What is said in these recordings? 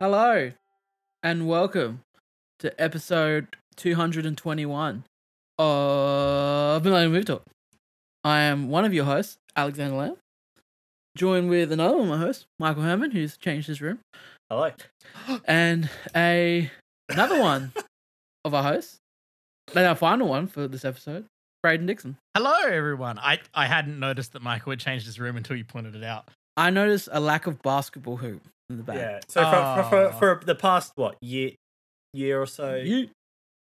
Hello, and welcome to episode 221 of Millennium Movie Talk. I am one of your hosts, Alexander Lamb, joined with another one of my hosts, Michael Herman, who's changed his room, Hello. and a another one of our hosts, and our final one for this episode, Braden Dixon. Hello, everyone. I, I hadn't noticed that Michael had changed his room until you pointed it out. I noticed a lack of basketball hoop in the back. Yeah. So for, for, Ah. for, for the past what year, year or so, you,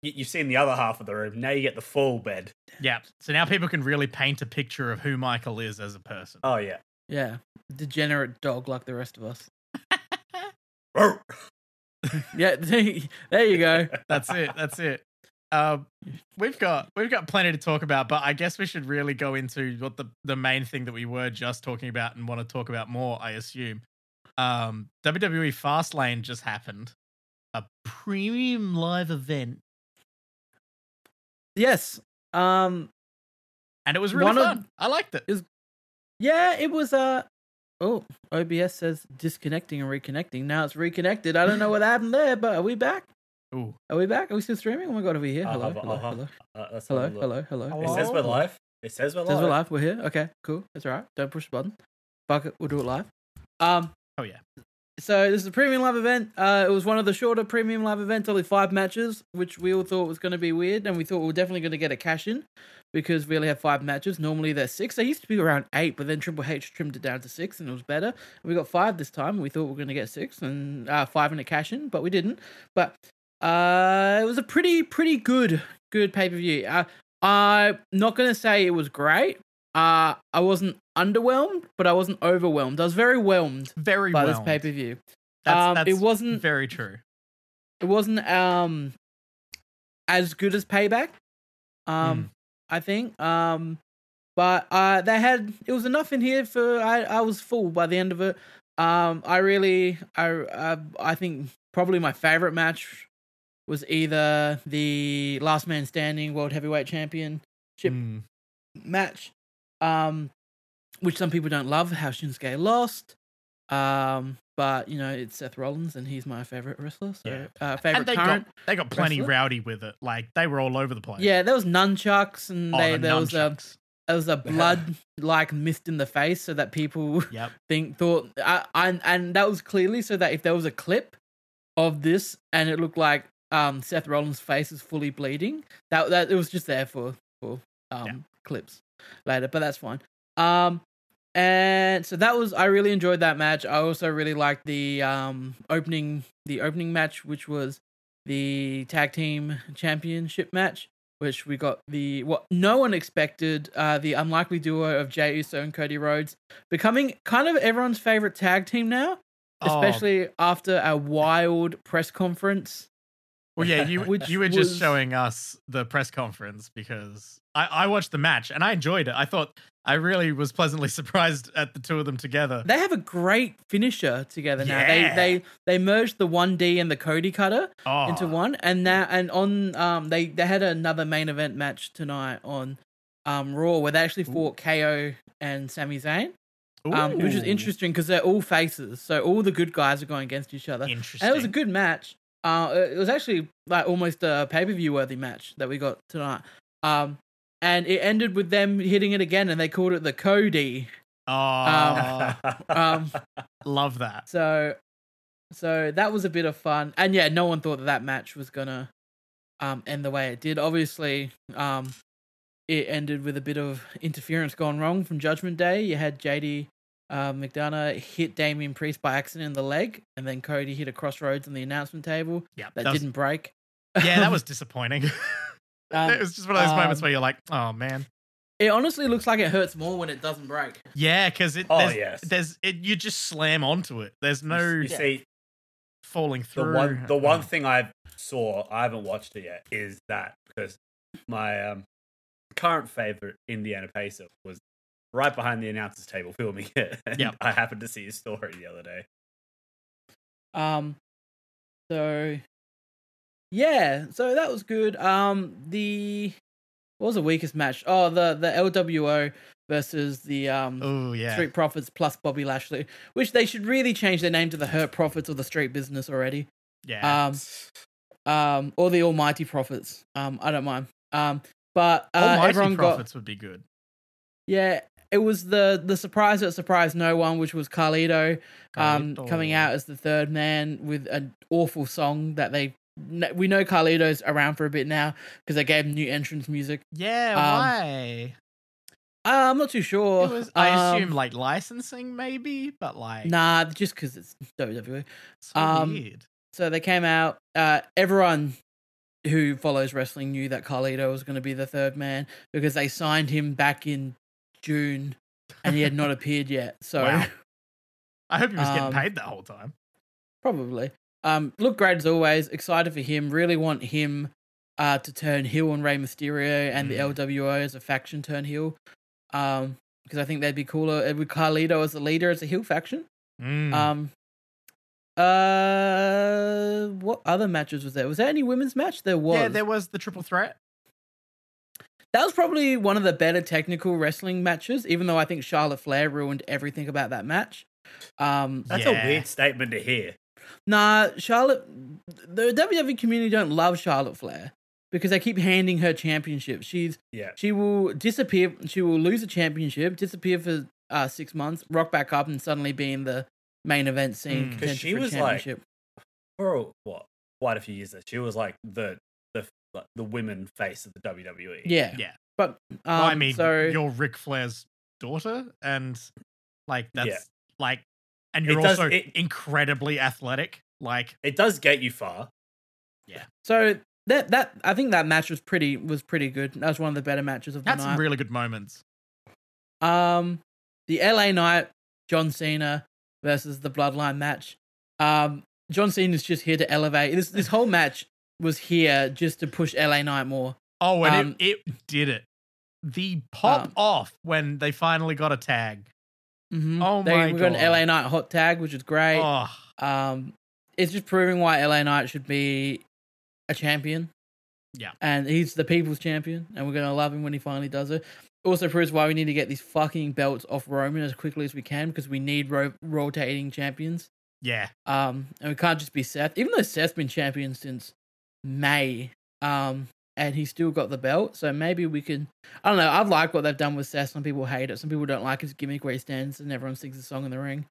You- you've seen the other half of the room. Now you get the full bed. Yeah. So now people can really paint a picture of who Michael is as a person. Oh yeah. yeah, degenerate dog like the rest of us. Roar. Yeah, there you go. That's it. That's it. Um, we've got we've got plenty to talk about, but I guess we should really go into what the the main thing that we were just talking about and want to talk about more. I assume. Um, WWE Fastlane just happened, a premium live event, Yes. Um. and it was really One of- fun. I liked it. Yeah, it was Uh, oh, OBS says disconnecting and reconnecting. Now it's reconnected. I don't know what happened there, but are we back? Ooh, Are we back? Are we still streaming? Oh my god, are we here? I'll Hello, have a- hello, I'll have- hello, Uh, that's hello, another look. hello, hello, It says we're live. It says we're It live. says we're live. We're here. Okay, cool. That's all right. Don't push the button. Fuck it. We'll do it live. Um. oh yeah. So this is a premium live event. Uh, it was one of the shorter premium live events, only five matches, which we all thought was going to be weird, and we thought we were definitely going to get a cash in because we only have five matches. Normally they're six. They used to be around eight, but then Triple H trimmed it down to six, and it was better. we got five this time. and We thought we were going to get six and uh, five in a cash in, but we didn't. But uh, it was a pretty, pretty good, good pay per view. Uh, I'm not going to say it was great. Uh, I wasn't underwhelmed, but I wasn't overwhelmed. I was very whelmed Very by well. this pay per view. That's, um, that's it wasn't very true. it wasn't um as good as payback um Hmm. i think um but uh they had it was enough in here for i i was full by the end of it um i really i i, I think probably my favorite match was either the last man standing world heavyweight championship Mm. match um which some people don't love how Shinsuke lost um but you know it's Seth Rollins and he's my favorite wrestler so Yeah. uh favorite and they current got they got plenty wrestler? rowdy with it. Like they were all over the place. Yeah, there was nunchucks and Oh, they, the there was a nunchucks. there was a blood like mist in the face, so that people Yep. think thought I, I, and that was clearly so that if there was a clip of this and it looked like um Seth Rollins' face is fully bleeding, that that it was just there for for um Yeah. clips later, but that's fine. Um and so that was I really enjoyed that match. I also really liked the um opening the opening match which was the tag team championship match which we got the what no one expected uh, the unlikely duo of Jey Uso and Cody Rhodes becoming kind of everyone's favorite tag team now, Oh, especially after a wild press conference. Oh, well, yeah. You which you were just was- showing us the press conference because I I watched the match and I enjoyed it. I thought I really was pleasantly surprised at the two of them together. They have a great finisher together now. Yeah. They they they merged the one D and the Cody cutter oh, into one, and now and on um they they had another main event match tonight on um Raw where they actually fought KO and Sami Zayn, um, which is Ooh, interesting because they're all faces, so all the good guys are going against each other. Interesting. And it was a good match. Uh, it was actually like almost a pay per view worthy match that we got tonight. Um, and it ended with them hitting it again, and they called it the Cody. oh, Um, love that. so, so that was a bit of fun. And yeah, no one thought that that match was gonna um, end the way it did. Obviously, um, it ended with a bit of interference gone wrong from Judgment Day. You had JD uh, McDonough hit Damien Priest by accident in the leg, and then Cody hit a crossroads on the announcement table Yeah, that, was- didn't break. yeah, that was disappointing. Um, it was just one of those um, moments where you're like, oh man. It honestly looks like it hurts more when it doesn't break. Yeah, because it. Oh, there's, yes. There's it. You just slam onto it. There's no you see, falling the through. one the one Oh. thing I saw I haven't watched it yet is that because my um, current favorite Indiana Pacer was right behind the announcers table filming it. And Yep. I happened to see his story the other day. Um, so yeah, so that was good. Um, the What was the weakest match? Oh, the the LWO versus the um Oh yeah. Street Profits plus Bobby Lashley, which they should really change their name to the Hurt Profits or the Street Business already. Yeah. Um, um, or the Almighty Profits. Um, I don't mind. Um, but uh, Almighty everyone got profits would be good. yeah. It was the the surprise that surprised no one, which was Carlito, um, Carlito. coming out as the third man with an awful song that they. kn- We know Carlito's around for a bit now because they gave him new entrance music. Yeah. um, why? Uh, I'm not too sure. It was, I Um, assume like licensing maybe, but like Nah, just because it's WWE. it's so um, weird. So they came out. Uh, everyone who follows wrestling knew that Carlito was going to be the third man because they signed him back in June, and he had not appeared yet. So Wow. I hope he was um, getting paid that whole time. probably um, look great as always. Excited for him. Really want him uh, to turn heel on Rey Mysterio and Mm. the LWO as a faction turn heel. Um, because I think they'd be cooler uh, with Carlito as the leader as a heel faction. Mm. Um, uh, what other matches was there? Was there any women's match? There was. Yeah, there was the triple threat. That was probably one of the better technical wrestling matches, even though I think Charlotte Flair ruined everything about that match. Um, That's Yeah. a weird statement to hear. nah, Charlotte, the WWE community don't love Charlotte Flair because they keep handing her championships. She's Yeah. she will disappear. She will lose a championship, disappear for uh, six months, rock back up, and suddenly be in the main event scene. Mm. 'Cause contender she for a was like- championship. For what? Quite a few years. She was like the the like, the women face of the E. WWE. yeah, Yeah. But um, Well, I mean, so you're Ric Flair's daughter, and like that's Yeah. like, and It you're does- also it- incredibly athletic. Like, It does get you far. So that that I think that match was pretty was pretty good. That was one of the better matches of the had some night. really good moments. um, the LA night, John Cena versus the Bloodline match. Um, John Cena's just here to elevate. This this whole match was here just to push LA Knight more. Oh, and Um, it, it did it. The pop Um, off when they finally got a tag. Mhm. Oh they, my we got an God. LA Knight hot tag, which is great. Oh, Um, it's just proving why LA Knight should be a champion. Yeah. And he's the people's champion, and we're going to love him when he finally does it. Also proves why we need to get these fucking belts off Roman as quickly as we can because we need ro- rotating champions. yeah. Um, and we can't just be Seth, even though Seth's been champion since May. Um, and he's still got the belt, so maybe we can. I don't know. I like what they've done with Seth. Some people hate it. Some people don't like his gimmick where he stands and everyone sings a song in the ring.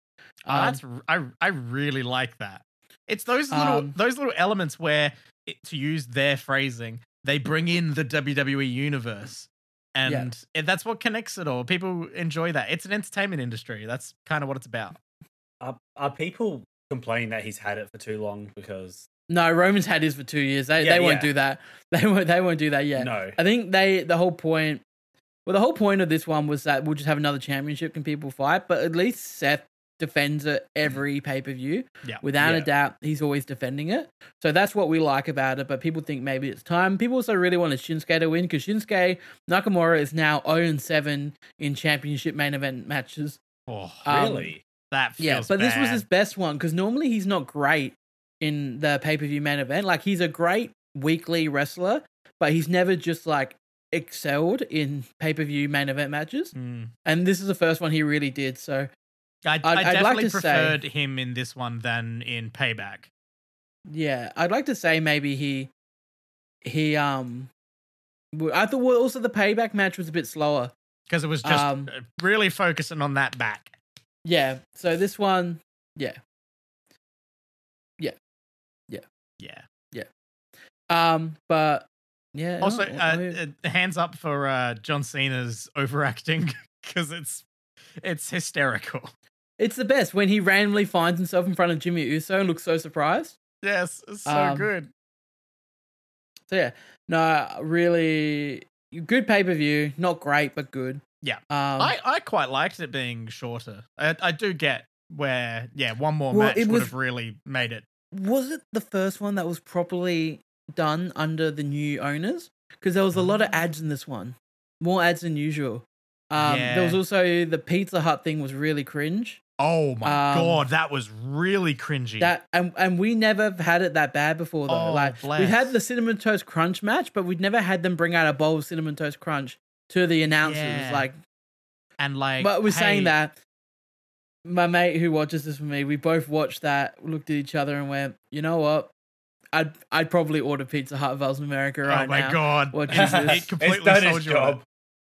Oh, Um, that's r- I I really like that. It's those little Um, those little elements where, it, to use their phrasing, they bring in the WWE universe, and it- that's what connects it all. People enjoy that. It's an entertainment industry. That's kind of what it's about. Are, are people complaining that he's had it for too long? Because No, Roman's had his for two years. They Yeah, they won't yeah. do that. They won't they won't do that yet. no, I think they the whole point well the whole point of this one was that we'll just have another championship and people fight, but at least Seth defends it every pay per view. Yeah. Without a Yeah. doubt, he's always defending it. So that's what we like about it. But people think maybe it's time. People also really wanted Shinsuke to win because Shinsuke Nakamura is now 0 7 in championship main event matches. Oh, Um, really. that feels Yeah, but this was bad. his best one because normally he's not great in the pay per view main event. Like he's a great weekly wrestler, but he's never just like excelled in pay per view main event matches. Mm. And this is the first one he really did. So I, I I'd- I'd like definitely to say- preferred him in this one than in Payback. yeah, I'd like to say maybe he he um w- I thought well, also the payback match was a bit slower. because it was just Um, uh, really focusing on that back. Yeah, so this one, yeah, Yeah. um, but yeah. Also, no, uh, uh, hands up for uh, John Cena's overacting because it's it's hysterical. It's the best when he randomly finds himself in front of Jimmy Uso and looks so surprised. Yes, it's so Um, good. So yeah, no, really good pay per view. Not great, but good. Yeah. um, I, I quite liked it being shorter. I, I do get where yeah, one more Well, match it would was- have really made it. was it the first one that was properly done under the new owners? Because there was Mm. a lot of ads in this one, more ads than usual. Um, There was Yeah. also the Pizza Hut thing was really cringe. Oh my Um, god, that was really cringy. That and and we never had it that bad before though. Mm. Oh, like we bless. had the cinnamon toast crunch match, but we'd never had them bring out a bowl of cinnamon toast crunch to the announcers. Yeah. Like, and like, but we're hey, saying that my mate who watches this with me, we both watched that, looked at each other, and went, "You know what? I'd I'd probably order Pizza Hut if I was in America Oh right my now." god, What It- is this? it completely it's done sold its you on it. job.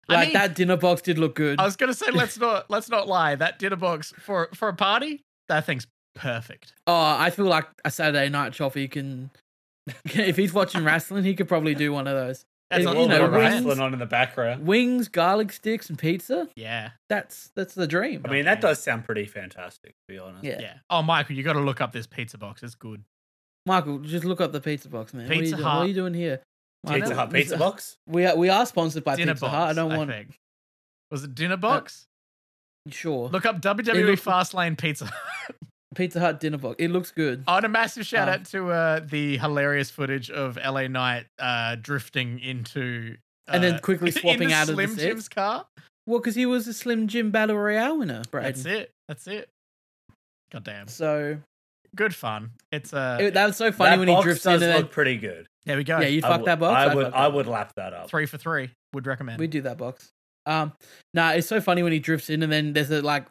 I Like mean- that dinner box did look good. I was gonna say let's not let's not lie. That dinner box for for a party, that thing's perfect. Oh, I feel like a Saturday night choppy can. if he's watching wrestling, he could probably do one of those That's You a All little know, the wings- right. wrestling on in the background. wings, garlic sticks, and pizza. Yeah, That's that's the dream. I mean, that does sound pretty fantastic, to be honest. yeah. yeah. Oh, Michael, you got to look up this pizza box. It's good. Michael, just look up the pizza box, man. Pizza what, are you doing? What Hut. are you doing here? Michael, Pizza Hut, this- pizza box. We are we are sponsored by dinner Pizza box. Hut. I don't want think. Was it Uh, dinner box? sure Look up It WWE looks- Fastlane Pizza. Pizza Hut dinner box. It looks good. oh, and a massive shout Um, out to uh, the hilarious footage of LA Knight uh, drifting into uh, And then quickly swapping into out of the Slim six. Jim's car. Well, because he was a Slim Jim Battle Royale winner, That's Braden. it. That's it. God damn. So Good fun. It's uh it, that was so funny that when box he drifts does in. and- look pretty good. there we go. Yeah, you I fuck would- that box. I I'd would, fuck I that would lap that up. three for three. Would recommend. We do that box. Um, nah, it's so funny when he drifts in and then there's a, like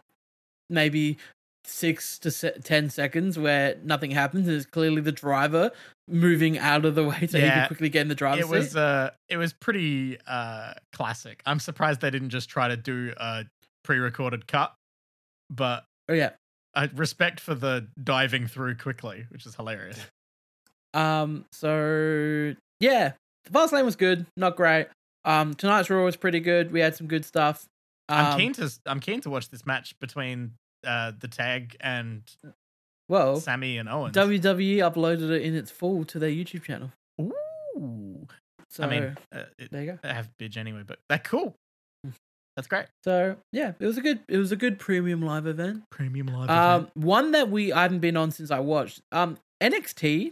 maybe six to se- ten seconds where nothing happens and it's clearly the driver moving out of the way so he Yeah. can quickly get in the driver's it was seat. uh it was pretty uh classic. I'm surprised they didn't just try to do a pre-recorded cut, but Oh yeah. uh, respect for the diving through quickly, which is hilarious. Um. So yeah, the fast lane was good, not great. Um. Tonight's Raw was pretty good. We had some good stuff. Um, I'm keen to I'm keen to watch this match between uh the tag and Well, Sammy and Owens. WWE uploaded it in its full to their YouTube channel. Ooh. So I mean, uh, it, there you go. I have bitch anyway, but that cool. That's great. So yeah, it was a good it was a good premium live event. Premium live. Um, one that we I haven't been on since I watched um NXT,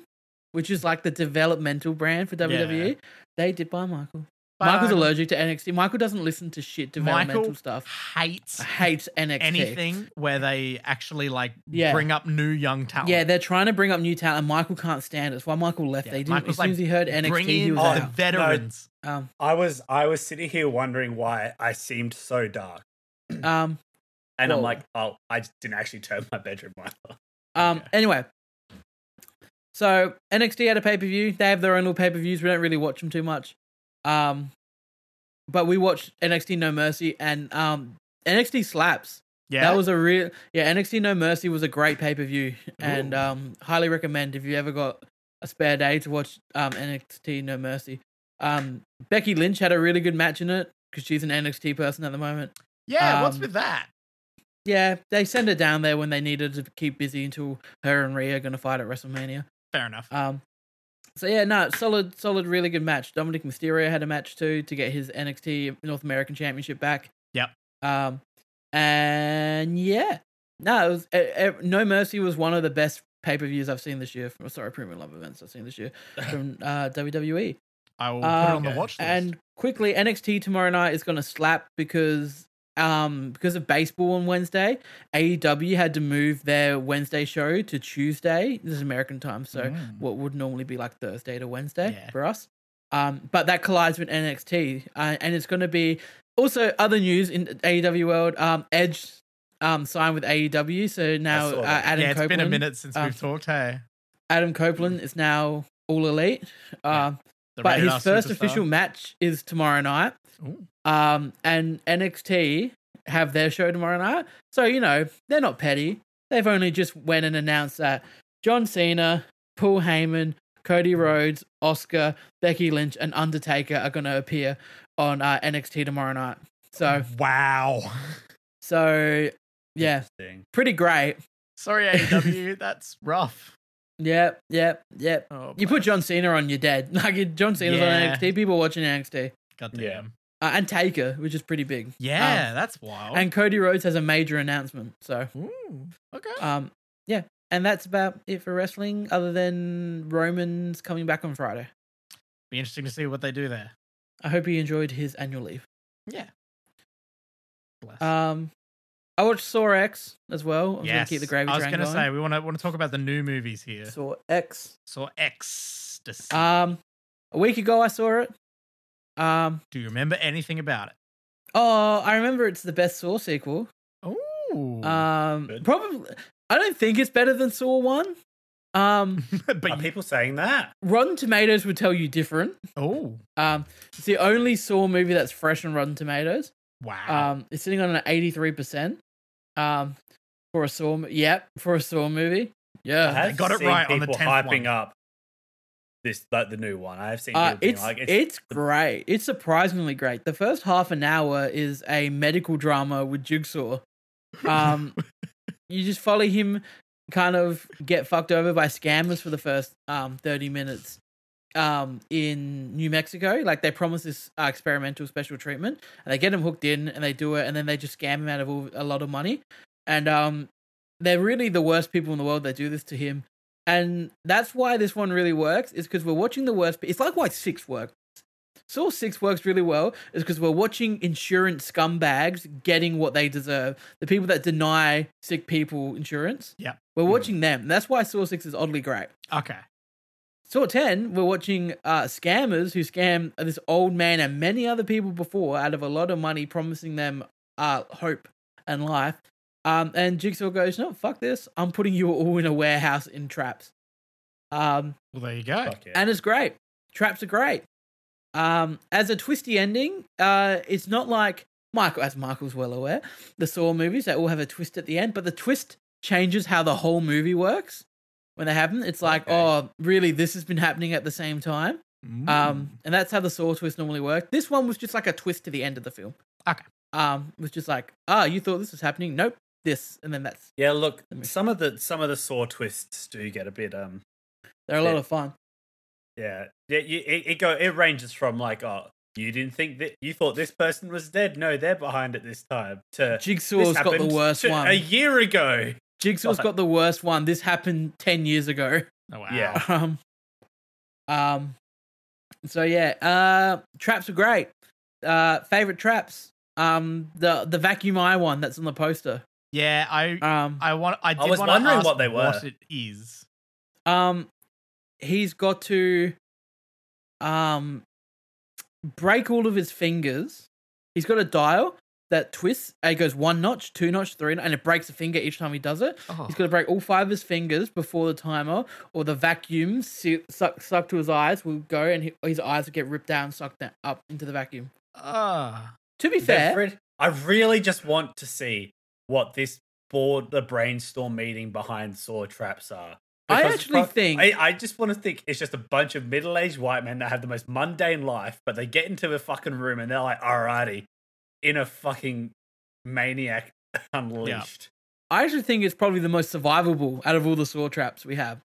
which is like the developmental brand for WWE. Yeah. They did buy Michael. Michael's allergic to NXT. Michael doesn't listen to shit developmental Michael stuff. Hates Hates NXT. anything where they actually like Yeah. bring up new young talent. Yeah, they're trying to bring up new talent. and Michael can't stand it. That's why Michael left. Yeah, they didn't. Michael's as soon like, as he heard NXT, bring he in was the out. veterans. Um, I was I was sitting here wondering why I seemed so dark, um, and Whoa. I'm like, oh, I just didn't actually turn my bedroom light on. Um. Okay. Anyway, so NXT had a pay per view. They have their own little pay per views. We don't really watch them too much. Um, but we watched NXT No Mercy and um NXT slaps. Yeah, That was a real yeah. NXT No Mercy was a great pay per view and Ooh. um highly recommend if you ever got a spare day to watch um NXT No Mercy. Um, Becky Lynch had a really good match in it because she's an NXT person at the moment. yeah. what's um, with that? Yeah, they send her down there when they need her to keep busy until her and Rhea are going to fight at WrestleMania. Fair enough. Um, so yeah, no, solid, solid, really good match. Dominic Mysterio had a match too to get his NXT North American Championship back. Yep. Um, and yeah, no, it was, eh, eh, No Mercy was one of the best pay per views I've seen this year. From, sorry, premium love events I've seen this year from uh, WWE. I will put it um, on the watch list. And quickly, NXT tomorrow night is going to slap because um because of baseball on Wednesday, AEW had to move their Wednesday show to Tuesday. This is American time, so Mm. what would normally be like Thursday to Wednesday Yeah. for us. Um, but that collides with NXT, uh, and it's going to be also other news in AEW world. Um, Edge um, signed with AEW, so now saw uh, that. Adam yeah, it's Copeland. been a minute since um, we've talked. Hey, Adam Copeland is now all elite. Yeah. Um, The but Rated his R first superstar. official match is tomorrow night. Ooh. Um, and NXT have their show tomorrow night. So, you know, they're not petty. They've only just went and announced that John Cena, Paul Heyman, Cody Rhodes, Oscar, Becky Lynch, and Undertaker are going to appear on uh, NXT tomorrow night. So, Wow. so yeah, Interesting. pretty great. Sorry, AEW. that's rough. Yep, yep, yep. Oh, You put John Cena on, you're dead. Like John Cena's Yeah. on NXT, people watching NXT, God Yeah. damn. uh, and Taker, which is pretty big. Yeah, that's wild. Um, And Cody Rhodes has a major announcement. So, Ooh, okay. um, yeah. And that's about it for wrestling, other than Roman's coming back on Friday. Be interesting to see what they do there. Uh, I hope he enjoyed his annual leave. Yeah. Bless. Um, I watched Saw X as well. I was gonna yes. keep the gravy I was train gonna going. say we want to want to talk about the new movies here. So, Saw X. X. Um, a week ago I saw it. Um, Do you remember anything about it? oh, I remember it's the best Saw sequel. Oh, Um, Good. probably. I don't think it's better than Saw One. Um, Are but you, people saying that? Rotten Tomatoes would tell you different. oh Um, it's the only Saw movie that's fresh on Rotten Tomatoes. wow, Um, it's sitting on an eighty-three percent. Um, for a Saw, mo- yep, for a Saw movie, yeah. I have got it seen right on the people 10th hyping one. up this like the new one. I have seen Uh, people being it's, like, it's great. It's surprisingly great. The first half an hour is a medical drama with Jigsaw. Um, you just follow him, kind of get fucked over by scammers for the first um thirty minutes, um in New Mexico. Like they promise this uh, experimental special treatment, and they get him hooked in, and they do it, and then they just scam him out of all, a lot of money, and um they're really the worst people in the world that do this to him. And that's why this one really works, is because we're watching the worst. It's like why six works. Saw six works really well, is because we're watching insurance scumbags getting what they deserve. The people that deny sick people insurance. Yep. We're Mhm. watching them. That's why Saw six is oddly great. okay, Saw 10, we're watching uh, scammers who scam this old man and many other people before out of a lot of money, promising them uh, hope and life. Um, and Jigsaw goes, No, fuck this. I'm putting you all in a warehouse in traps. Um, well there you go. fuck it. and it's great. Traps are great. Um, as a twisty ending, uh, it's not like Michael, as Michael's well aware, the Saw movies they all have a twist at the end, but the twist changes how the whole movie works when they happen. It's like, Okay. Hmm. oh, really, this has been happening at the same time, Mm. um, and that's how the Saw twist normally worked. This one was just like a twist to the end of the film. Okay. um, it was just like, ah, you thought this was happening? Nope, this, and then that's yeah, look, Let me- some of the some of the saw twists do get a bit um they're a lot Yeah. of fun. yeah yeah you, it, it go it ranges from like oh you didn't think that you thought this person was dead no they're behind at this time to Jigsaw's got the happened worst to- one. a year ago Jigsaw's got the worst one. This happened ten years ago. oh, wow. yeah. Um, um, so yeah, uh, traps are great. Uh, favorite traps. Um, the the vacuum eye one that's on the poster. Yeah, I Um, I want I, did was wanna wondering ask what they What were. it is. um, he's got to, um, break all of his fingers. He's got a dial that twists. and It goes one notch, two notch, three, notch, and it breaks a finger each time he does it. Oh. He's got to break all five of his fingers before the timer, or the vacuum su- suck suck to his eyes will go, and he, his eyes will get ripped out and sucked da- up into the vacuum. Ah. To be fair, They've re- I really just want to see what this board the brainstorm meeting behind saw traps are. I Because actually pro- think- I, I just want to think it's just a bunch of middle-aged white men that have the most mundane life, but they get into a fucking room and they're like, "Alrighty," in a fucking maniac unleashed. I actually think it's probably the most survivable out of all the saw traps we have,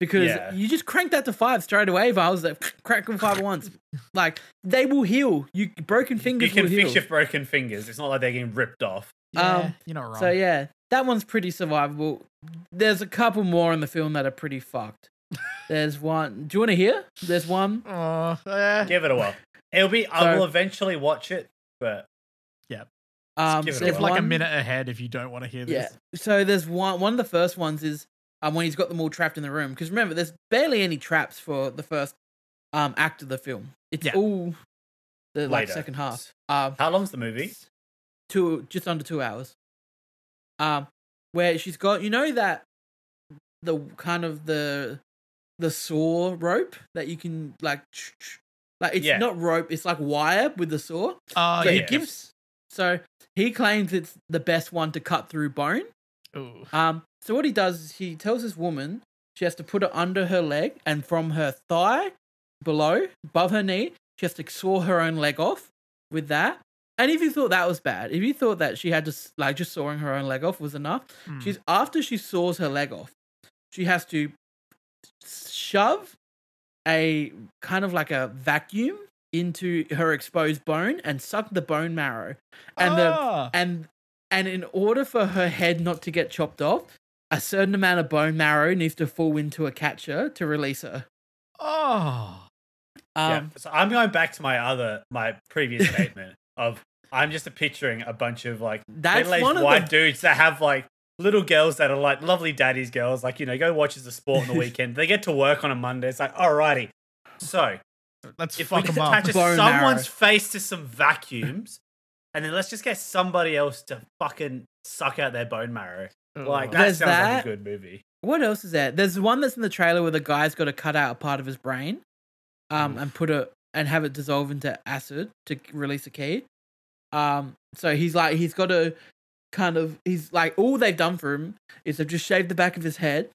because Yeah. you just crank that to five straight away. If I was like crack them five at once, like they will heal. You broken fingers You can will heal. fix your broken fingers. It's not like they're getting ripped off. Yeah, Um, you're not wrong. So yeah, that one's pretty survivable. There's a couple more in the film that are pretty fucked. There's one. Do you want to hear? There's one. Oh, eh. Give it a while. It'll be. I So- will eventually watch it, but Um, give it a there's whirl. like a one- minute ahead if you don't want to hear Yeah. this. So there's one. One of the first ones is um, when he's got them all trapped in the room. Because remember, there's barely any traps for the first um, act of the film. It's Yeah. all the like Later. second half. Um, how long's the movie? two just under two hours. Um, where she's got you know that the kind of the the saw rope that you can like like it's Yeah. not rope, it's like wire with the saw. Oh, so yeah. he gives. So he claims it's the best one to cut through bone. Ooh. Um, so what he does is he tells this woman she has to put it under her leg, and from her thigh below, above her knee, she has to saw her own leg off with that. And if you thought that was bad, if you thought that she had to s- like just sawing her own leg off was enough, Hmm. she's after she saws her leg off, she has to shove a kind of like a vacuum into her exposed bone and suck the bone marrow, and um, the Ah. and and in order for her head not to get chopped off, a certain amount of bone marrow needs to fall into a catcher to release her. oh. Um, yeah. So I'm going back to my other my previous statement of I'm just picturing a bunch of like That's middle-aged one of white the dudes that have like little girls that are like lovely daddy's girls, like you know, go watch the sport on the weekend. they get to work on a Monday. It's like, alrighty. So Let's if we fuck just them up. attach a- Bone someone's marrow. face to some vacuums, and then let's just get somebody else to fucking suck out their bone marrow. Like that There's sounds like that. a good movie. What else is there? There's one that's in the trailer where the guy's got to cut out a part of his brain, um, Mm. and put it and have it dissolve into acid to release a key. Um, so he's like he's got to kind of he's like all they've done for him is they've just shaved the back of his head.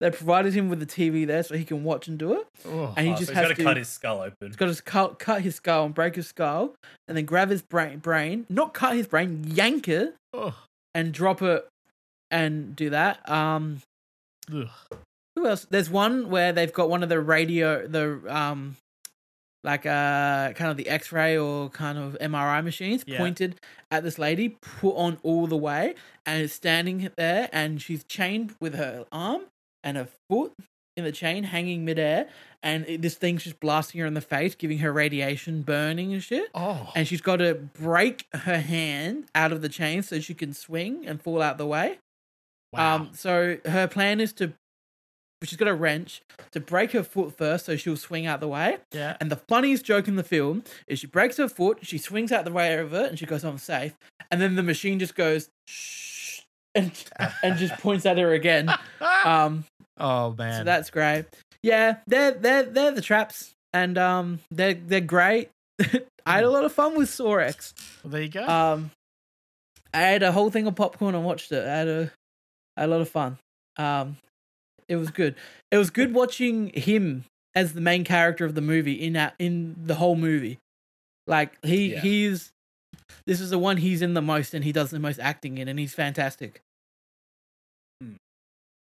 They provided him with a TV there so he can watch and do it, Oh. and he Oh, just so has he's to got to cut his skull open. He's got to cut, cut his skull and break his skull, and then grab his brain, brain, not cut his brain, yank it Oh. and drop it, and do that. Um, Ugh. who else? There's one where they've got one of the radio, the um, like uh, kind of the X-ray or kind of MRI machines Yeah. pointed at this lady, put on all the way, and is standing there, and she's chained with her arm and her foot in the chain, hanging midair, and it, this thing's just blasting her in the face, giving her radiation, burning and shit. Oh. And she's got to break her hand out of the chain so she can swing and fall out the way. wow. Um, so her plan is to, she's got a wrench, to break her foot first so she'll swing out the way. yeah. And the funniest joke in the film is she breaks her foot, she swings out the way of it, and she goes, I'm safe. And then the machine just goes, shh, and, and just points at her again. Um, Ah. oh man. so that's great. Yeah, they're, they're, they're the traps, and um, they're, they're great. I Hmm. had a lot of fun with Sorex. well, there you go. Um, I had a whole thing of popcorn and watched it. I had a, a lot of fun. Um, it was good. It was good watching him as the main character of the movie in a, in the whole movie. Like he Yeah. he's this is the one he's in the most and he does the most acting in and he's fantastic. Hmm.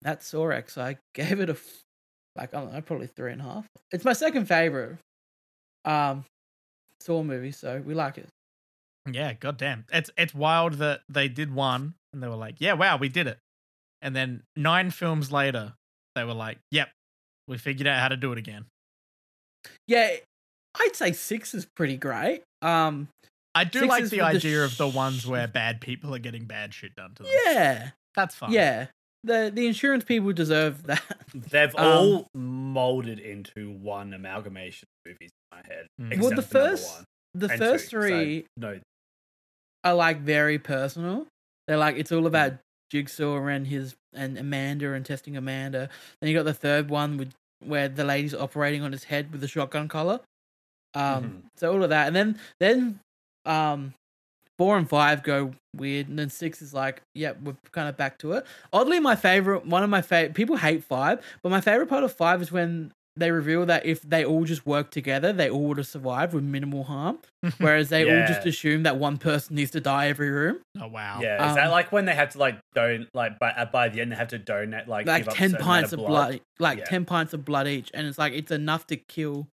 That's Sorex. I gave it a f- like I don't know, probably three and a half. It's my second favorite. Um, Saw movie, so we like it. yeah. Goddamn. It's it's wild that they did one and they were like, yeah, wow, we did it. And then nine films later, they were like, yep, we figured out how to do it again. Yeah, I'd say six is pretty great. Um, I do Six like is the with the idea of the ones sh- where bad people are getting bad shit done to them. Oh, yeah, That's fun. yeah. The the insurance people deserve that. They've Um, all molded into one amalgamation of movies in my head. Mm. except Well, the for number first one the and first two. So, three no, are like very personal. They're like it's Hmm. all about Jigsaw and his and Amanda and testing Amanda. Then you got the third one with where the lady's operating on his head with the shotgun collar. Um, Mm-hmm. so all of that, and then then um, four and five go weird, and then six is like, yep, we're kind of back to it. Oddly, my favorite, one of my favorite, people hate five, but my favorite part of five is when they reveal that if they all just work together, they all would have survived with minimal harm. Whereas they all just Yeah. assume that one person needs to die every room. Oh wow. yeah, is that Um, like when they have to like don't like by uh, by the end they have to donate like Like give up a 10 certain amount pints of blood, like Yeah. 10 pints of blood each. And it's like, it's enough to kill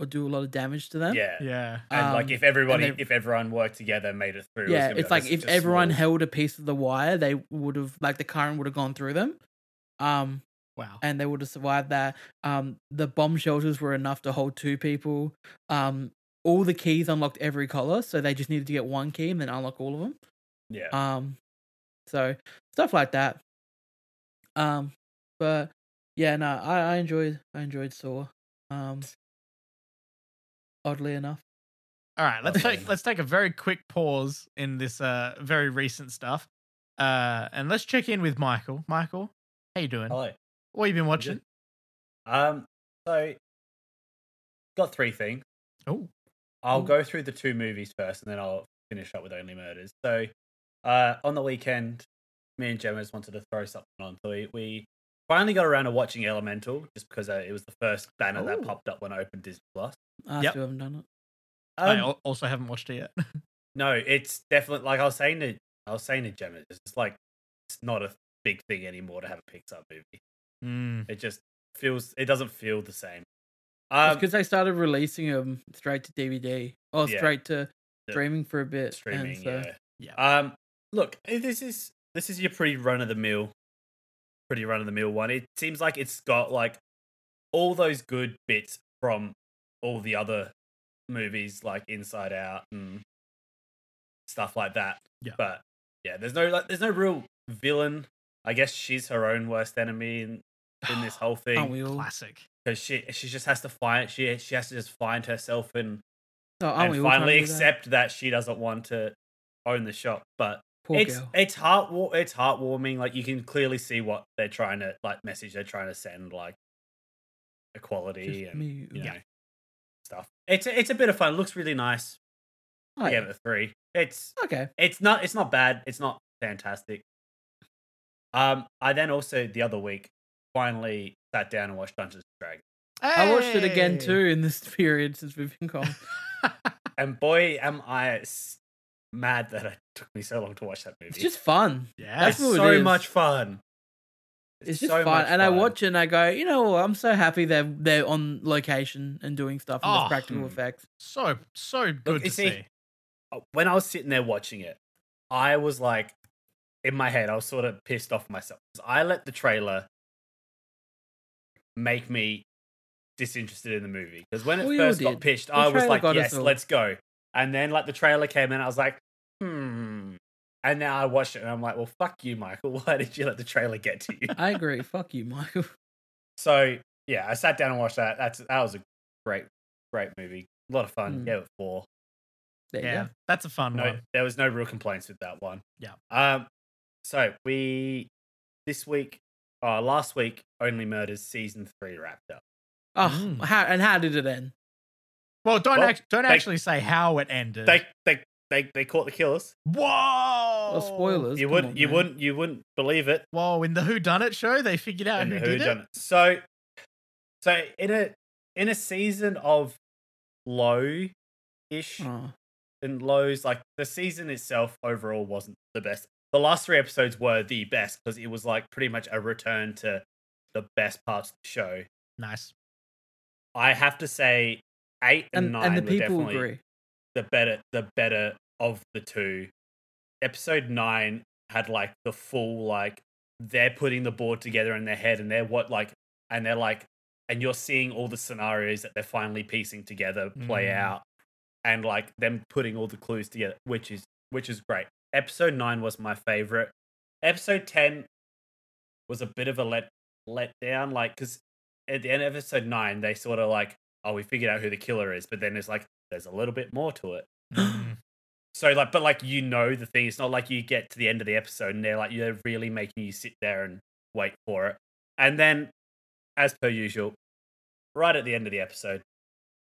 or do a lot of damage to them. Yeah, Yeah. and like Um, if everybody and they- if everyone worked together made it through. Yeah, gonna be it's like this if just everyone small- held a piece of the wire, they would have like the current would have gone through them. Um Wow. and they would have survived that. Um the bomb shelters were enough to hold two people. Um all the keys unlocked every collar, so they just needed to get one key and then unlock all of them. yeah. Um, so stuff like that. Um, but yeah, no, I, I enjoyed I enjoyed Saw. Um, oddly enough, All right, let's Okay. take let's take a very quick pause in this uh very recent stuff. Uh and let's check in with Michael. Michael, how you doing? Oh, Hello. What you been watching? Um. So got three things. Oh. I'll Ooh. go through the two movies first, and then I'll finish up with Only Murders. So, uh, on the weekend, me and Gemma just wanted to throw something on. So we, we finally got around to watching Elemental, just because uh, it was the first banner Ooh. that popped up when I opened Disney Plus. I Yep. still haven't done it. I oh. Um, al- also haven't watched it yet. no, it's definitely like I was saying to I was saying to Gemma, it's just like it's not a big thing anymore to have a Pixar movie. Mm. It just feels it doesn't feel the same. Um, because they started releasing them straight to DVD or Yeah. Oh, straight to The- streaming for a bit. streaming. and uh, so, Yeah. yeah. Um. Look, eh, this is this is your pretty run of the mill, pretty run of the mill one. It seems like it's got like all those good bits from all the other movies, like Inside Out and stuff like that. Yeah. But yeah, there's no like, there's no real villain. I guess she's her own worst enemy in, in this whole Aren't thing we all? classic. because she she just has to find she she has to just find herself and, Oh, aren't we and all trying to finally do that? accept that. she doesn't want to own the shop. But Poor it's girl. it's heart it's heartwarming. Like you can clearly see what they're trying to like message they're trying to send like equality Just and me. um, you know, Yeah. stuff. It's a, it's a bit of fun. It looks really nice. Oh, I yeah. gave it a three. It's Okay. it's not it's not bad. It's not fantastic. Um, I then also the other week finally sat down and watched Dungeons and Dragons, I watched it again Hey! too in this period since we've been gone. and boy, am I s- mad that it took me so long to watch that movie. It's just fun. Yeah, That's It's what it so is. much fun. It's, just fun. so much And I watch it and I go, you know, what? I'm so happy they're they're on location and doing stuff and Oh. there's practical Hmm. effects. so so good you to see- see. Uh, when I was sitting there watching it. I was like, in my head, I was sort of pissed off myself. 'Cause I let the trailer make me disinterested in the movie because when it We all first got did. pitched, The I was trailer like, got us yes, all. let's go. And then like the trailer came in, I was like, hmm. And now I watched it and I'm like, well, fuck you, Michael. Why did you let the trailer get to you? I agree. Fuck you, Michael. So yeah, I sat down and watched that. That's that was a great, great movie. A lot of fun. Mm. Yeah, it was four. There you Yeah, go. that's a fun No, one. there was no real complaints with that one. Yeah. Um. So we this week, uh, last week, only murders season three wrapped up. Oh, Mm. how, and how did it end? Well, don't Well, act, don't they- actually say how it ended. They they they they caught the killers. Whoa! Well, Oh, spoilers. Oh, you come would on, you man. wouldn't you wouldn't believe it. Whoa! In the Who Done It show, they figured out in who, the did whodunit. So so in a in a season of low ish Oh. and lows. Like the season itself overall wasn't the best. The last three episodes were the best because it was like pretty much a return to the best parts of the show. it. Nice. I have to say, eight and, And, nine and the were people definitely agree. the better, the better of the two. Episode nine had like the full like they're putting the board together in their head and they're what like and they're like and you're seeing all the scenarios that they're finally piecing together play Mm. out and like them putting all the clues together which is which is great episode 9 was my favorite episode 10 was a bit of a let let down like because at the end of episode 9 they sort of like oh we figured out who the killer is but then it's like there's a little bit more to it Mm. so like, but like you know the thing. It's not like you get to the end of the episode and they're like you're really making you sit there and wait for it. And then, as per usual, right at the end of the episode,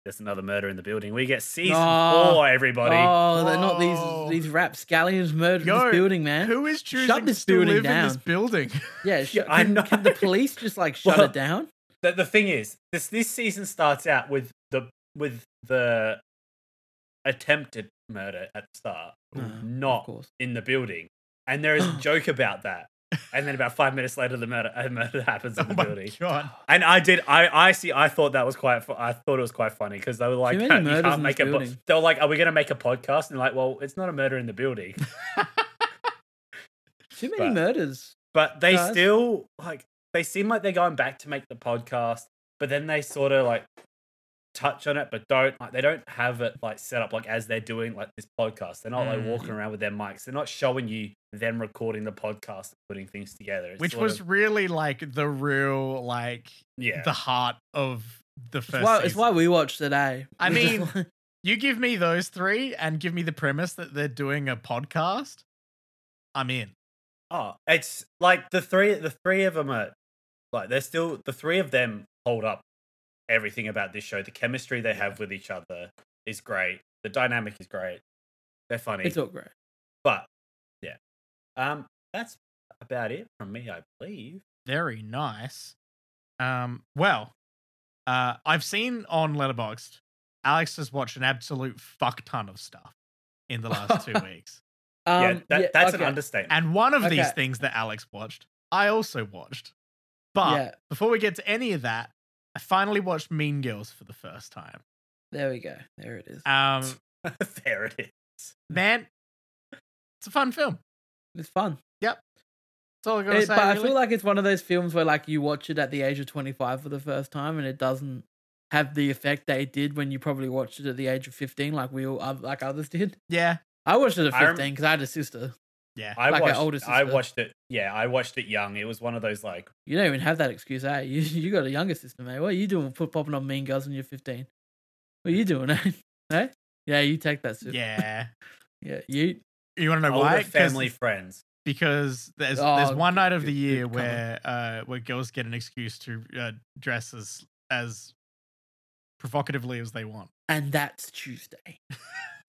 there's another murder in the building. We get season No. four, everybody. Oh, they're not Whoa. these these rapscallions murdering Yo, this building, man. Mm. Who is choosing Shut this to building live in this down. building? yeah, sh- Yeah, can, I know. can the police just like shut Well- it down? The, the thing is, this this season starts out with the with the attempted murder at the start, No, of Of not course. in the building, and there is a joke about that. And then about five minutes later, the murder a murder happens in oh the my building. god! And I did. I I see. I thought that was quite. fu- I thought it was quite funny because they were like, many "You murders can't in make this a." po-" building. They were like, "Are we going to make a podcast?" And like, well, it's not a murder in the building, Too many but- murders. but they Guys. still like. They seem like they're going back to make the podcast, but then they sort of like touch on it, but don't. Like, they don't have it like set up like as they're doing like this podcast. They're not like Mm. walking around with their mics. They're not showing you them recording the podcast, and putting things together. It's Which sort was of- really like the real like yeah. the heart of the first. It's why, it's season. why we watch today. I We're just mean, like- You give me those three and give me the premise that they're doing a podcast. I'm in. Oh, it's like the three the three of them are like they're still the three of them hold up everything about this show. The chemistry they have with each other is great. The dynamic is great. They're funny. it's all great. but yeah. Um that's about it from me, I believe. Very nice. Um, well, uh, I've seen on Letterboxd, Alex has watched an absolute fuck ton of stuff in the last two weeks. Um, yeah, that, that's okay. an understatement. And one of these Okay. things that Alex watched, I also watched. But Yeah, before we get to any of that, I finally watched Mean Girls for the first time. there we go. There it is. Um, there it is. man, it's a fun film. It's fun. That's all I gotta It- say. but I really. feel like it's one of those films where like you watch it at the age of 25 for the first time and it doesn't have the effect that it did when you probably watched it at the age of 15 like we all like others did. Yeah, I watched it at I rem- 15 because I had a sister. Yeah. I Like our watched. older I sister. watched it. Yeah, I watched it young. It was one of those like You don't even have that excuse, eh? You, you got a younger sister, mate. What are you doing put popping on Mean Girls when you're 15? What are you doing, eh? eh? Yeah, you take that, sister. Yeah. Yeah, you. You want to know older why? 'Cause- family friends. Because there's Oh, there's one night of the good- year good where uh, where girls get an excuse to uh, dress as as provocatively as they want, And that's Tuesday.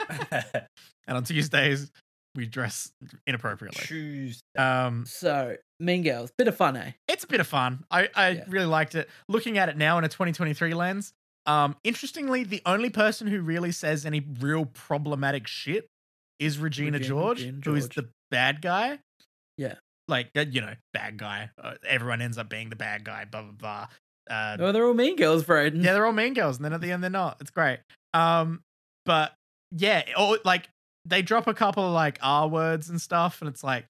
and on Tuesdays we dress inappropriately. Choose. Um, So, Mean Girls, bit of fun, eh? it's a bit of fun. I, I Yeah. really liked it. Looking at it now in a 2023 lens, um, interestingly, the only person who really says any real problematic shit is Regina, Regina- George, Regina who is George. the bad guy. Yeah. Like, uh, you know, bad guy. Uh, everyone ends up being the bad guy, blah, blah, blah. Uh, No, they're all Mean Girls, Braden. yeah, they're all mean girls, and then at the end they're not. It's great. Um, but yeah, or like they drop a couple of like R words and stuff, and it's like,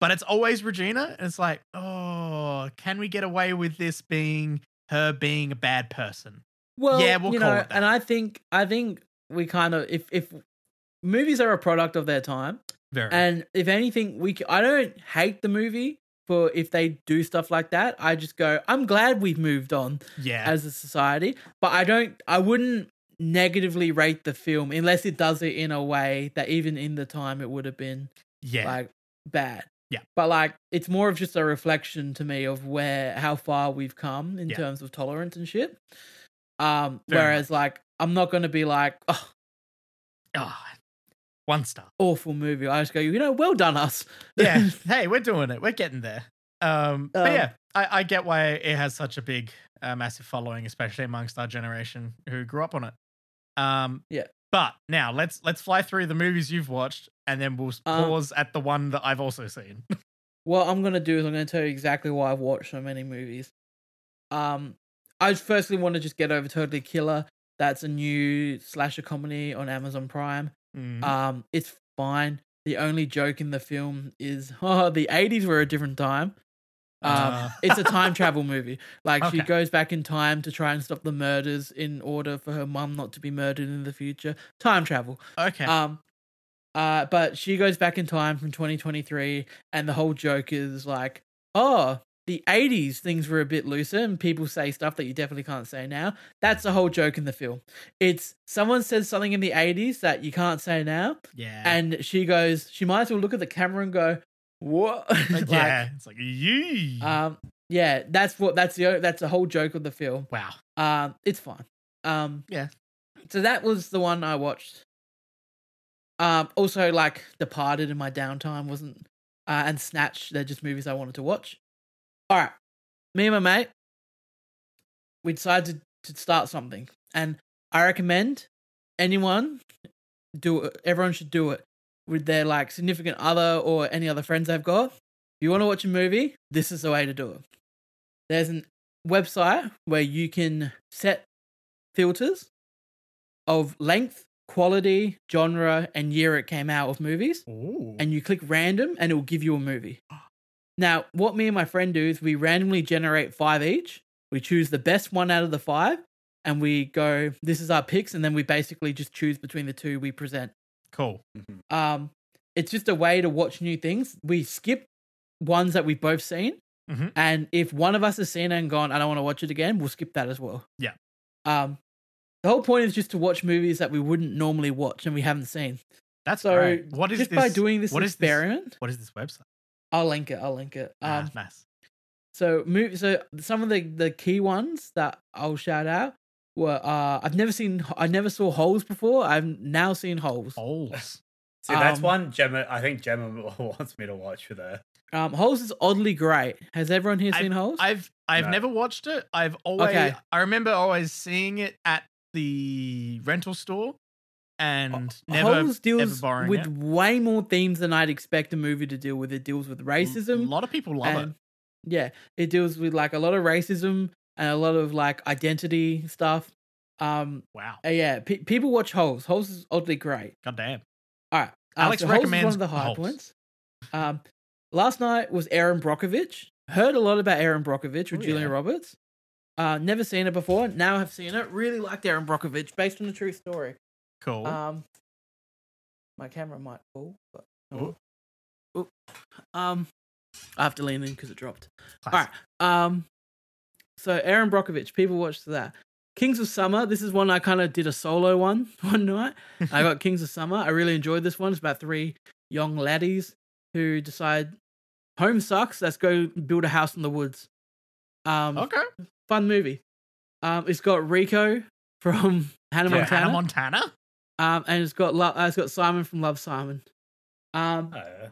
but it's always Regina, and it's like, oh, can we get away with this being her being a bad person? Well, Yeah, we'll you call know, it that. and I think I think we kind of if if movies are a product of their time, Very. and if anything, we c- I don't hate the movie for if they do stuff like that. I just go, I'm glad we've moved on yeah. as a society, but I don't, I wouldn't negatively rate the film unless it does it in a way that even in the time it would have been yeah. like bad. Yeah. But like it's more of just a reflection to me of where how far we've come in Yeah. terms of tolerance and shit. Um Very whereas like I'm not gonna be like, oh, Ah, one star. awful movie. I just go, you know, well done us. Yeah. hey, we're doing it. We're getting there. Um, but Um, yeah, I, I get why it has such a big, uh, massive following, especially amongst our generation who grew up on it. Um, Yeah. But now let's let's fly through the movies you've watched, and then we'll s- Um, pause at the one that I've also seen. what I'm gonna do is I'm gonna tell you exactly why I've watched so many movies. Um I just firstly want to just get over Totally Killer. That's a new slasher comedy on Amazon Prime. Mm. Um, it's fine. The only joke in the film is, oh, the eighties were a different time. Um, Uh. it's a time travel movie. Like she Okay. goes back in time to try and stop the murders in order for her mum not to be murdered in the future. Time travel. okay. Um, uh, but she goes back in time from 2023, and the whole joke is like, oh, the 80s things were a bit looser, and people say stuff that you definitely can't say now. That's the whole joke in the film. It's someone says something in the 80s that you can't say now, yeah. and she goes, she might as well look at the camera and go, what? Like, Uh, yeah. It's like yee. Um, yeah, that's what that's the that's the whole joke of the film. wow. Um, it's fine. Um, Yeah. So that was the one I watched. Um, also like Departed in my downtime wasn't, uh, and Snatch. They're just movies I wanted to watch. All right, me and my mate, we decided to, to start something, and I recommend anyone do it. Everyone should do it with their like significant other or any other friends they've got. If you want to watch a movie, this is the way to do it. There's an website where you can set filters of length, quality, genre, and year it came out of movies. Ooh. And you click random and it will give you a movie. Now, what me and my friend do is we randomly generate five each. We choose the best one out of the five and we go, this is our picks. And then we basically just choose between the two we present. cool. Um, it's just a way to watch new things. We skip ones that we've both seen, Mhm. and if one of us has seen it and gone, I don't want to watch it again, we'll skip that as well. Yeah. Um, the whole point is just to watch movies that we wouldn't normally watch and we haven't seen. That's So great. What is just this? by doing this what is this- experiment, what is this website? I'll link it. I'll link it. Ah, Um, nice. so move. So some of the the key ones that I'll shout out were uh, I've never seen I never saw holes before. I've now seen holes. Holes. See, that's Um, one Gemma. I think Gemma wants me to watch with her. Um, holes is oddly great. Has everyone here seen holes? I've I've No. never watched it. I've always Okay. I remember always seeing it at the rental store and never Holes deals ever borrowing with it. way more themes than I'd expect a movie to deal with. It deals with A racism. lot of people love and- Yeah, it deals with like a lot of racism and a lot of like identity stuff. Um, it. Wow. uh, yeah, pe- people watch Holes. Holes is oddly great. God damn. All right, uh, Alex so Holes is one recommends of the high Holes. points. Um, last night was Aaron Brockovich. Heard a lot about Aaron Brockovich with Oh, Julia yeah. Roberts. Uh, never seen it before. Now Oh. uh, have seen it. Really liked Aaron Brockovich, based on a true story. Cool. Um, My camera might fall, but Ooh. Ooh. um, I have to lean in because it dropped. Classic. All right. Um, so Aaron Brockovich, people watched that. Kings of Summer. This is one I kind of did a solo one one night. I got Kings of Summer. I really enjoyed this one. It's about three young laddies who decide home sucks. Let's go build a house in the woods. Um, Okay. fun movie. Um, it's got Rico from Hannah Yeah, Montana, Hannah Montana. um, and it's got Lo- uh, it's got Simon from Love Simon. Um, Uh,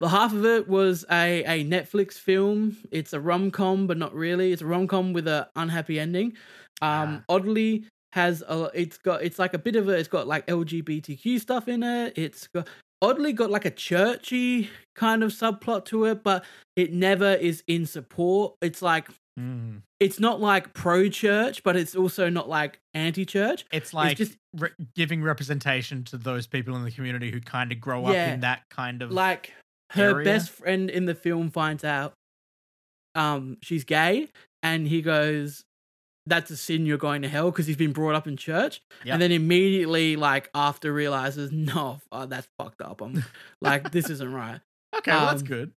the half of it was a, a Netflix film. It's a rom com, but not really. It's a rom com with a unhappy ending. Um, Oddly has a it's got it's like a bit of a it's got like LGBTQ stuff in it. It's got oddly got like a churchy kind of subplot to it, but it never is in support. It's like Mm. it's not like pro church, but it's also not like anti church. It's like just- re- giving representation to those people in the community who kind of grow up Yeah. in that kind of Like her Area? best friend in the film finds out um she's gay and he goes that's a sin you're going to hell because he's been brought up in church Yeah. and then immediately like after realizes no oh, that's fucked up i'm like this isn't right Okay, well, that's um, good.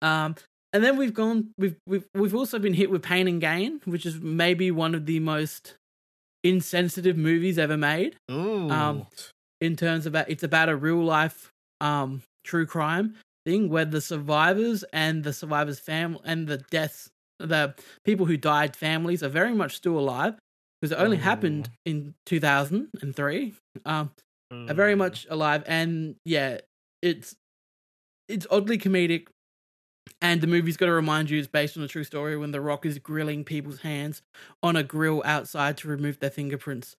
Um, and then we've gone. We've we've we've also been hit with Pain and Gain, which is maybe one of the most insensitive movies ever made Ooh. um, in terms of it's about a real life um true crime thing where the survivors and the survivors' family and the deaths, the people who died, families are very much still alive because it only Oh. happened in two thousand and three. Um, are Hmm. very Hmm. much alive and yeah it's it's oddly comedic and the movie's got to remind you it's based on a true story when the rock is grilling people's hands on a grill outside to remove their fingerprints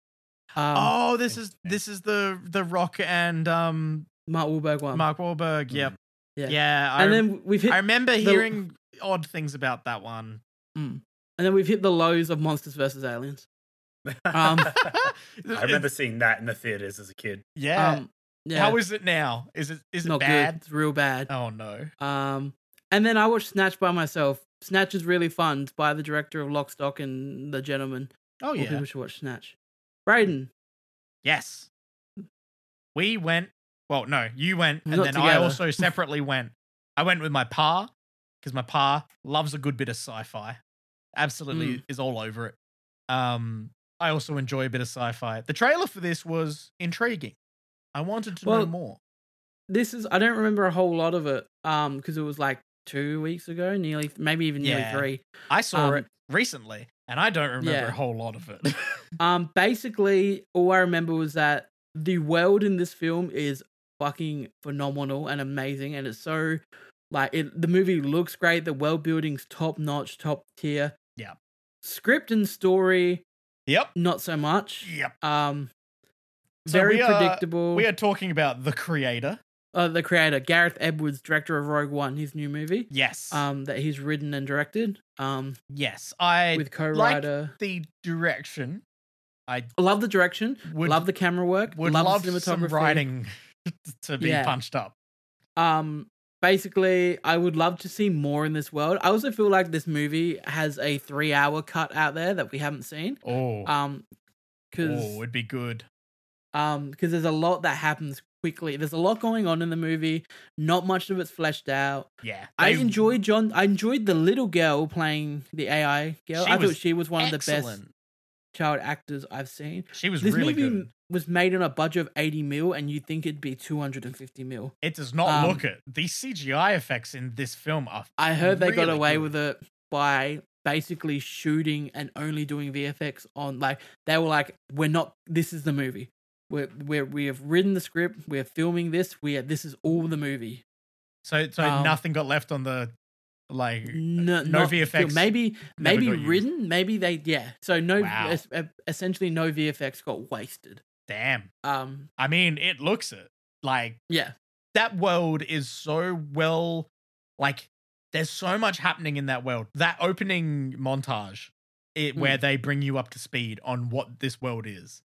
um oh, this is this is the the Rock and um mark Wahlberg one Mark Wahlberg. Yep. Yeah. Yeah. I, and then we've hit I remember the- hearing odd things about that one. and then we've hit the lows of monsters versus aliens Um, I remember seeing that in the theaters as a kid. Yeah. um yeah How is it now? Is it is it not good bad? it's real bad Oh no. Um, and then I watched Snatch by myself. Snatch is really fun. It's by the director of Lock, Stock, and The Gentleman. Oh All yeah. people should watch Snatch. Brayden, Yes. We went. Well, no, you went, and Not then I together. also separately went. I went with my pa because my pa loves a good bit of sci-fi. Absolutely Mm. is all over it. Um, I also enjoy a bit of sci-fi. The trailer for this was intriguing. I wanted to know Well, more. this is I don't remember a whole lot of it. Um, because it was like two weeks ago, nearly maybe even Yeah. nearly three. I saw um, it recently, and I don't remember Yeah. a whole lot of it. Um, basically, all I remember was that the world in this film is fucking phenomenal and amazing, and it's so like it. The movie looks great. The world building's top notch, top tier. Yeah. Script and story, yep. not so much. Yep. Um, So very we are- predictable. We are talking about the creator. uh, the creator Gareth Edwards, director of Rogue One, his new movie, Yes. um, that he's written and directed, um, yes. I with co-writer. the direction. I I love the direction, would love the camera work, would love, love the some cinematography. writing to be Yeah. punched up. Um, basically, I would love to see more in this world. I also feel like this movie has a three-hour cut out there that we haven't seen. Oh, Um, oh, because would be good. um because there's a lot that happens quickly. There's a lot going on in the movie. Not much of it's fleshed out. Yeah, I They- enjoyed John. I enjoyed the little girl playing the AI girl. She I thought was she was one of the best excellent. child actors I've seen. She was This really movie good. was made on a budget of eighty mil, and you'd think it'd be two hundred and fifty mil. It does not um, look it. The CGI effects in this film are. I heard they got Really away good. with it by basically shooting and only doing VFX on like they were like, we're not. This is the movie. We're, we're, we have written the script. We're filming this. We are, this is all the movie. So so um, nothing got left on the like. no, no not VFX film. Maybe never maybe got used. written. Maybe they yeah. So no, Wow. es- e- essentially no VFX got wasted. Damn. Um, I mean, it looks it. Like yeah, that world is so well. Like there's so much happening in that world. That opening montage, it where Mm. they bring you up to speed on what this world is.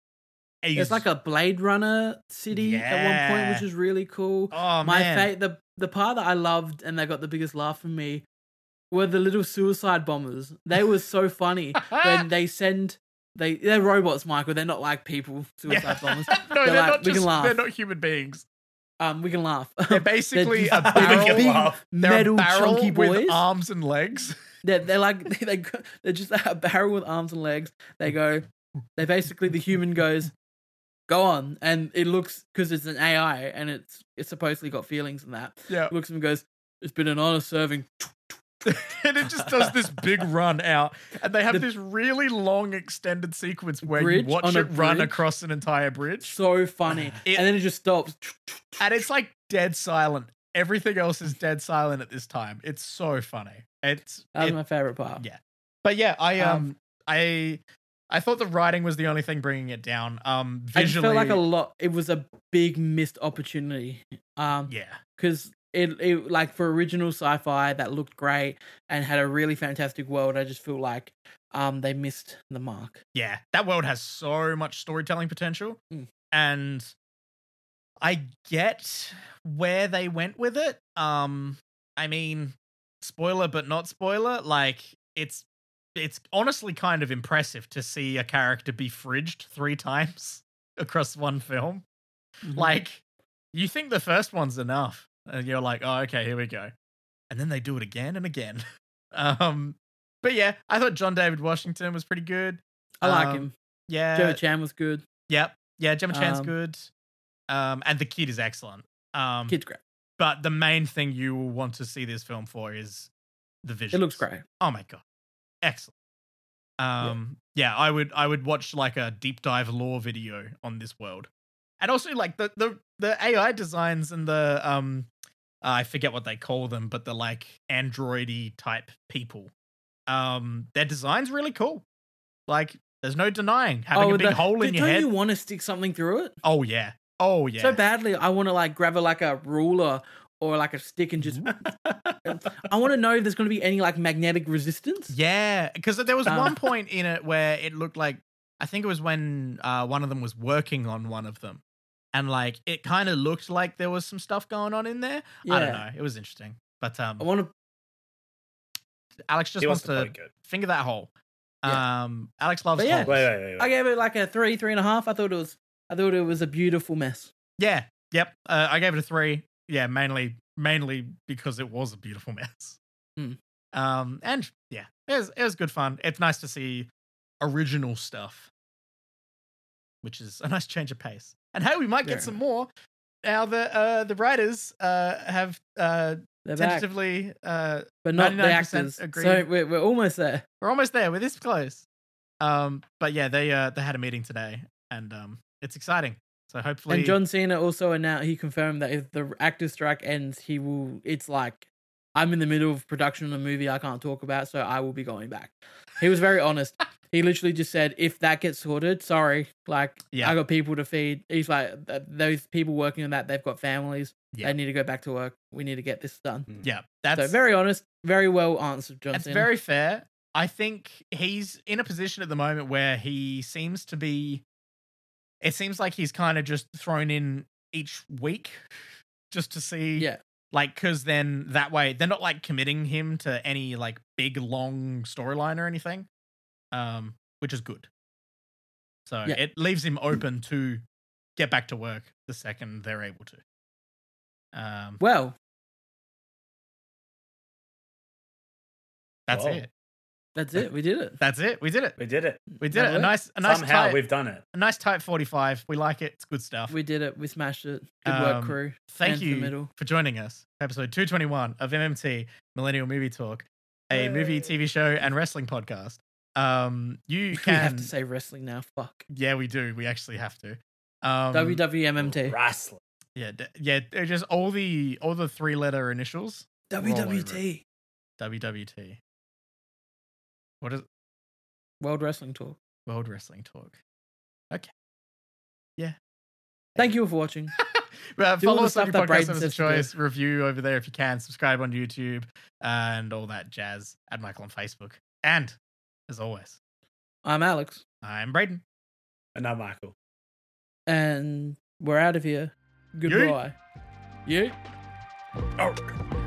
it's like a Blade Runner city at one point, which Yeah. is really cool. Oh My man. fa- the the part that I loved and they got the biggest laugh from me were the little suicide bombers. They were so funny when they send They they're robots, Michael. They're not like people. Suicide bombers. no, they're like, not "We can just, laugh." they're not human beings. Um, we can laugh. They're basically just a big, barrel. big laugh. they're a metal barrel chunky boys. with arms and legs. They're, they're like they go- they're just a barrel with arms and legs. They go. They basically the human goes, go on, and it looks because it's an AI and it's it's supposedly got feelings and that. Yeah, Looks and goes. It's been an honor serving. and it just does this big run out, and they have The- this really long extended sequence where Bridge you watch on a it run bridge. across an entire bridge, So funny, It- and then it just stops. and it's like dead silent. Everything else is dead silent at this time. It's so funny. It's That was it- my favorite part. Yeah. but yeah, I um, Um, I I thought the writing was the only thing bringing it down. Um, I just felt visually, like a lot. It was a big missed opportunity. Um, yeah, because it, it like for original sci-fi that looked great and had a really fantastic world i just feel like um they missed the mark yeah. That world has so much storytelling potential, Mm. and I get where they went with it. Um, I mean, spoiler but not spoiler. Like it's it's honestly kind of impressive to see a character be fridged three times across one film. Mm-hmm. Like, you think the first one's enough, and you're like, oh, okay, here we go. And then they do it again and again. um, but yeah, I thought John David Washington was pretty good. i like um, him Yeah. joe chan was good Yep. Yeah, Gemma Chan's Um, good. Um, and the kid is excellent. Um, kid's great but the main thing you will want to see this film for is the it visual. looks great Oh my god, excellent. Um, yeah. I would I would watch like a deep dive lore video on this world, and also like the the the AI designs and the um, I forget what they call them, but the like androidy type people. Um, their designs really cool. Like, there's no denying having a with big Oh, the- hole in Dude, your don't head. you want to stick something through it oh yeah, oh yeah. so badly i want to like grab a like a ruler or like a stick and just i want to know if there's going to be any like magnetic resistance Yeah, because there was Um, one point in it where it looked like I think it was when uh, one of them was working on one of them, and like it kind of looked like there was some stuff going on in there. I don't know. It was interesting, but um, i want to Alex just He wants wants to to play finger that hole. Yeah. Um, Alex loves But yeah. holes. good. Wait, wait, wait. wait. i gave it like a three three and a half i thought it was i thought it was a beautiful mess Yeah, yep. Uh, I gave it a three. Yeah, mainly mainly because it was a beautiful mess. Hmm. Um, and yeah, it was it was good fun. It's nice to see original stuff, which is a nice change of pace. And hey, we might get Yeah. some more now that uh, the writers uh, have uh, they're back tentatively. Uh, but not the 99% actors agree. so we're, we're almost there we're almost there. We're this close. Um, but yeah, they uh, they had a meeting today, and um, it's exciting. So hopefully, And John Cena also announced he confirmed that if the actor strike ends, he will. It's like I'm in the middle of production on a movie I can't talk about, so I will be going back. He was very honest. He literally just said, "If that gets sorted, sorry, like Yeah. I got people to feed." He's like, "Th- "Those people working on that, they've got families. Yeah. They need to go back to work. We need to get this done." yeah, that's so very honest, very well answered, John That's Cena. very fair. I think he's in a position at the moment where he seems to be. It seems like he's kind of just thrown in each week just to see. yeah, Like, because then that way they're not like committing him to any like big long storyline or anything, um, which is good. So Yeah. Mm. it leaves him open to get back to work the second they're able to. Um, well, that's Whoa. it. that's it. We did it. That's it. We did it. We did it. We did That it. A worked. nice, a nice Somehow tight- we've done it. a nice type 45 we like it it's good stuff We did it. We smashed it. Good work, Um, crew. thank and the you middle. for joining us for episode 221 of mmt millennial movie talk a Yay. movie tv show and wrestling podcast um you can we have to say wrestling now. Fuck. yeah we do we actually have to um WWMMT. Wrestling. yeah d- yeah they're just all the all the three letter initials WWT. wwt what is World Wrestling Talk. world wrestling talk Thank you all for watching. Uh, Do all follow the us on stuff your that Brayden podcast of says to choice. Review over there if you can. Subscribe on YouTube and all that jazz. Add Michael on Facebook. And as always, I'm Alex, I'm Braden. And now Michael. and we're out of here. Goodbye. You? Oh.